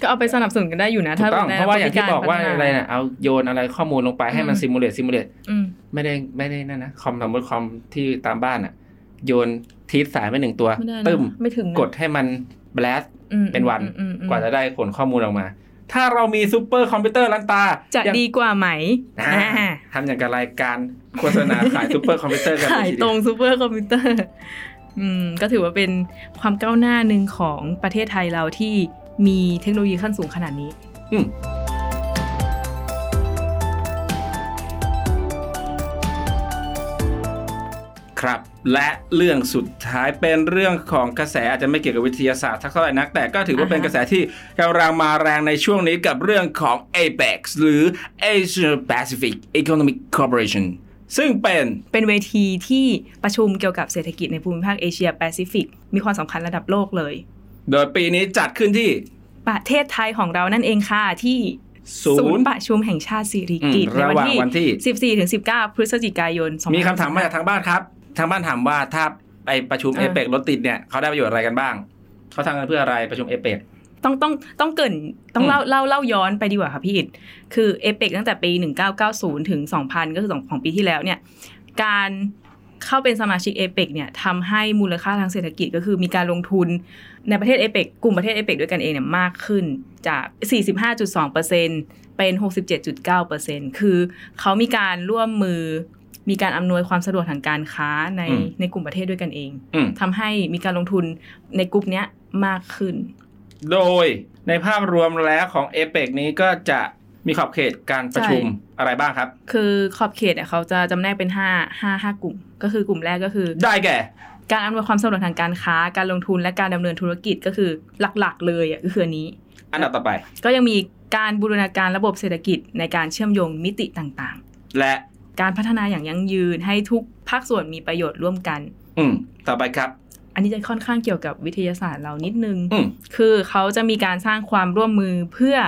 Speaker 2: ก็เอาไปสนับสนุนกันได้อยู่นะ
Speaker 1: ถู
Speaker 2: ถ้าก
Speaker 1: ต้อง
Speaker 2: ใน
Speaker 1: เพราะว่าอย่างที่บอกว่า
Speaker 2: พัฒน
Speaker 1: อะไรนะเอาโยนอะไรข้อมูลลงไปให้มัน
Speaker 2: อืม
Speaker 1: ซิมูเลตซิมูเลต
Speaker 2: อืม
Speaker 1: ไม่ได้ไม่ได้นั่นนะคอมสมมติคอมที่ตามบ้านอ่ะ โยนทีสสายไปหนึ่งตัว
Speaker 2: ไม่ได้นะ
Speaker 1: ตึม
Speaker 2: ไม่ถึงนะ
Speaker 1: กดให้มัน blast
Speaker 2: อืม
Speaker 1: เป็นวัน
Speaker 2: อืมอืม
Speaker 1: กว่าจะได้ผลข้อมูลออกมา ถ้าเรามีซูเปอร์คอมพิวเตอร์ลันตา
Speaker 2: จะ
Speaker 1: อย่าง
Speaker 2: ดีกว่าไหม
Speaker 1: อ่า
Speaker 2: อ่า
Speaker 1: ทำอย่างกับรายการโฆษณาขายซูเปอร์คอมพิวเตอร์กัน เล
Speaker 2: ขาย
Speaker 1: ที
Speaker 2: ต
Speaker 1: เดีย
Speaker 2: ร
Speaker 1: ว
Speaker 2: งซูเปอร์คอมพิวเตอร์อืมก็ถือว่าเป็นความก้าวหน้าหนึ่งของประเทศไทยเราที่มีเทคโนโลยีขั้นสูงขนาดนี้
Speaker 1: อืม ครับ และเรื่องสุดท้ายเป็นเรื่องของกระแสอาจจะไม่เกี่ยวกับวิทยาศาสตร์ทักเท่าไหร่นัก แต่ก็ถือว่า
Speaker 2: อ่าฮะ
Speaker 1: เป็นกระแสที่กำลังมาแรงในช่วงนี้กับเรื่องของ APEC หรือ Asia Pacific Economic Cooperation ซึ่งเป็น
Speaker 2: เป็นเวทีที่ประชุมเกี่ยวกับเศรษฐกิจในภูมิภาคเอเชียแปซิฟิกมีความสำคัญระดับโลกเลย
Speaker 1: โดยปีนี้จัดขึ้นที่
Speaker 2: ประเทศไทยของเรานั่นเองค่ะ ที่
Speaker 1: ศูนย์
Speaker 2: นย์ประชุมแห่งชาติสิริกิติ์
Speaker 1: อืมระหว่างวันที่
Speaker 2: 14ถึง19 พฤศจิกายน2
Speaker 1: มีคำถามมาจากทางบ้านครับ ทางบ้านถามว่าถ้าไปประชุมเอ
Speaker 2: อ่า
Speaker 1: เปกรถติดเนี่ยเขาได้ประโยชน์อะไรกันบ้าง เขาทำกันเพื่ออะไรประชุมเอเปก
Speaker 2: ต้องต้องต้องเกรินต้อง
Speaker 1: อืม
Speaker 2: เล่าเล่าเล่าย้อนไปดีกว่าค่ะพี่อิดคือเอเปกตั้งแต่ปี 1990 ถึง 2000 ก็คือของของปีที่แล้วเนี่ยการเข้าเป็นสมาชิกเอเปกเนี่ยทำให้มูลค่าทางเศรษฐกิจก็คือมีการลงทุนในประเทศเอเปกกลุ่มประเทศเอเปกด้วยกันเองเนี่ยมากขึ้นจาก 45.2%เป็น 67.9%คือเขามีการร่วมมือมีการอำนวยความสะดวกทางการค้าใน
Speaker 1: อืม
Speaker 2: ในกลุ่มประเทศด้วยกันเอง
Speaker 1: อืม
Speaker 2: ทำให้มีการลงทุนในกลุ่มเนี้ยมากขึ้น
Speaker 1: โดยในภาพรวมแล้วของเอเปกนี้ก็จะมีขอบเขตการประชุมอะไรบ้างครับ
Speaker 2: คือขอบเขตเนี่ยเขาจะจำแนกเป็นห้าห้าห้ากลุ่ม ก็คือกลุ่มแรกก็คือ
Speaker 1: ได้แก่
Speaker 2: การอำนวยความสะดวกทางการค้า การลงทุนและการดำเนินธุรกิจก็คือหลักๆ เลยอ่ะก็คืออันนี้
Speaker 1: อันดับต่อไป
Speaker 2: ก็ยังมีการบูรณาการระบบเศรษฐกิจในการเชื่อมโยงมิติต่าง
Speaker 1: และ
Speaker 2: ๆ การพัฒนาอย่างยั่งยืนให้ทุกภาคส่วนมีประโยชน์ร่วมกัน
Speaker 1: อืมต่อไปครับ
Speaker 2: อันนี้จะค่อนข้างเกี่ยวกับวิทยาศาสตร์เรานิดนึง
Speaker 1: อืม
Speaker 2: คือเขาจะมีการสร้างความร่วมมือเพื่อ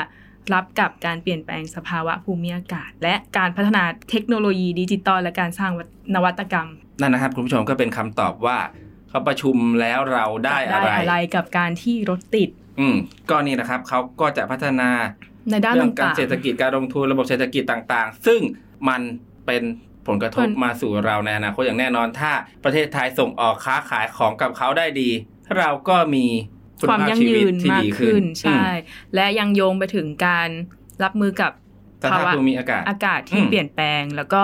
Speaker 2: รับกับการเปลี่ยนแปลงสภาวะภูมิอากาศ และการพัฒนาเทคโนโลยีดิจิตอลและการสร้างวัฒนวัตกรรม
Speaker 1: นั่นนะครับ คุณผู้ชมก็เป็นคำตอบว่าเขาประชุมแล้วเราได้อะไร
Speaker 2: อะไรกับการที่รถติด
Speaker 1: อืมก็นี่นะครับเขาก็จะพัฒนา
Speaker 2: ในด้าน
Speaker 1: เรื่การ
Speaker 2: ต่าง
Speaker 1: เศรษฐกิจการลงทุนระบบเศรษฐกิจต่างๆ ซึ่งมันเป็นผลกระทบ
Speaker 2: ผล
Speaker 1: มาสู่เราในอนาคตอย่างแน่นอน ถ้าประเทศไทยส่งออกค้าขายของกับเขาได้ดี เราก็มีคุ
Speaker 2: ๆ ความ
Speaker 1: ภาพ
Speaker 2: ยั่ง
Speaker 1: ชีวิ
Speaker 2: ยื
Speaker 1: ต
Speaker 2: น
Speaker 1: ที่
Speaker 2: มาก
Speaker 1: ดีขึ้
Speaker 2: ขึ้น
Speaker 1: น
Speaker 2: ใช่ และยังโยงไปถึงการรับมือกับ
Speaker 1: ส
Speaker 2: ภา
Speaker 1: ภาพ
Speaker 2: วะ
Speaker 1: ภูมิอากาศ
Speaker 2: อากาศที่
Speaker 1: อืม
Speaker 2: เปลี่ยนแปลง แล้วก็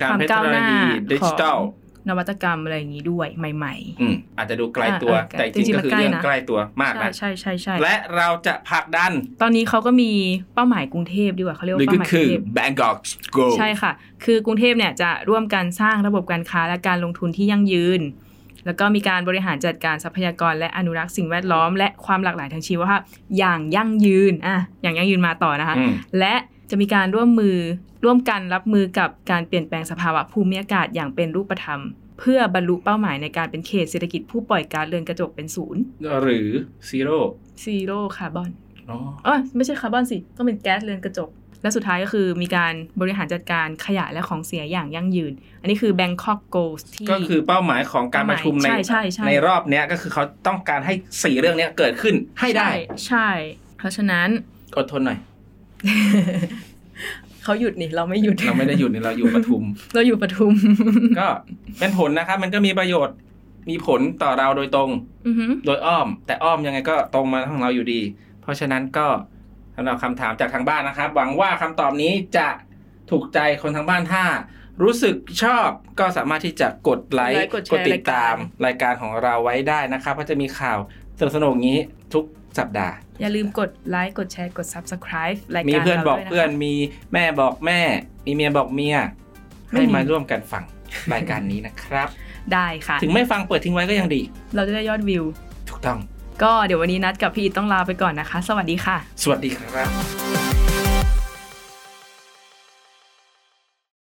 Speaker 1: การ
Speaker 2: ความ
Speaker 1: พัฒ
Speaker 2: ก้าวห
Speaker 1: นา
Speaker 2: น้า
Speaker 1: ดีดิ
Speaker 2: ข
Speaker 1: จิทั
Speaker 2: อ
Speaker 1: ล
Speaker 2: งนวัตกรรมอะไรอย่างนี้ด้วยใหม่
Speaker 1: อืมอาจจะดูไกลตัว
Speaker 2: อ่าอ่า
Speaker 1: แต่จริง
Speaker 2: จริงๆ
Speaker 1: ก็คือ
Speaker 2: มันใกล้
Speaker 1: เรื่อง
Speaker 2: นะ
Speaker 1: ใกล้ตัว
Speaker 2: ๆ
Speaker 1: มาก
Speaker 2: ใช่
Speaker 1: นะ
Speaker 2: ใช่ใช่ใช่
Speaker 1: และเราจะผลักดัน
Speaker 2: ตอนนี้เขาก็มีเป้าหมายกรุงเทพดีกว่าเขาเรียก
Speaker 1: หรือ
Speaker 2: ว่า
Speaker 1: ก็
Speaker 2: เป้าหมายก
Speaker 1: คือ
Speaker 2: รุงเทพ
Speaker 1: Bangkok Go
Speaker 2: ใช่ค่ะ คือกรุงเทพเนี่ยจะร่วมกันสร้างระบบการค้าและการลงทุนที่ยั่งยืน แล้วก็มีการบริหารจัดการทรัพยากรและอนุรักษ์สิ่งแวดล้อม และความหลากหลายทางชีวภาพอย่างยั่งยืน อ่ะ อย่างยั่งยืนมาต่อนะคะ
Speaker 1: อืม
Speaker 2: และจะมีการร่วมมือร่วมกันรับมือกับการเปลี่ยนแปลงสภาวะภูมิอากาศอย่างเป็นรูปธรรม เพื่อบรรลุเป้าหมายในการเป็นเขตเศรษฐกิจผู้ปล่อยก๊าซเรือนกระจกเป็นศูนย์
Speaker 1: หรือซีโร่
Speaker 2: ซีโร่คาร์บอน
Speaker 1: อ๋อ
Speaker 2: เอ๋อไม่ใช่คาร์บอนสิ ต้องเป็นแก๊สเรือนกระจก และสุดท้ายก็คือมีการบริหารจัดการขยะและของเสียอย่างยั่งยืน อันนี้คือ Bangkok Goals ที่
Speaker 1: ก็คือเป้าหมายของการประชุมใน
Speaker 2: ใช่ใช่ใช่
Speaker 1: รอบเนี้ยก็คือเขาต้องการให้สี่เรื่องเนี้ยเกิดขึ้นให้ได้
Speaker 2: ใช่ใช่ เพราะฉะนั้น
Speaker 1: อดทนหน่อย
Speaker 2: เขาหยุดนี่ เราไม่หยุด
Speaker 1: เราไม่ได้หยุดนี่เราอยู่ปทุ ม
Speaker 2: เราอยู่ปทุม
Speaker 1: ก็เป็นผลนะครับ มันก็มีประโยชน์มีผลต่อเราโดยตรง
Speaker 2: อือหือ
Speaker 1: โดยอ้อม แต่อ้อมยังไงก็ตรงมาทางเราอยู่ดี เพราะฉะนั้นก็สำหรับคำถามจากทางบ้านนะครับ หวังว่าคำตอบนี้จะถูกใจคนทางบ้านถ้า รู้สึกชอบก็สามารถที่จะกดไลค์
Speaker 2: กดแชร์
Speaker 1: ติดตามรายการของเราไว้ได้นะครับเพราะจะมีข่าวสนุกๆอย่างนี้ทุกสัปดาห์
Speaker 2: อย่าลืมกดไลค์กดแชร์กด Subscribe รายการ
Speaker 1: มีเพื่อน
Speaker 2: รา
Speaker 1: บอก
Speaker 2: ด้วยะคะ
Speaker 1: เพื่อนมีแม่บอกแม่ มีเมียบอกเมีย
Speaker 2: ไม่
Speaker 1: ให้
Speaker 2: มี
Speaker 1: มาร่วมกันฟังรายการนี้นะครับ
Speaker 2: ได้ค่ะ
Speaker 1: ถึงไม่ฟังเปิดทิ้งไว้ก็ยังดี
Speaker 2: เราจะได้ยอดวิว
Speaker 1: ถูกต้อง
Speaker 2: ก็เดี๋ยววันนี้นัดกับพี่อิทต้องลาไปก่อนนะคะ สวัสดีค่ะ
Speaker 1: สวัสดีครับ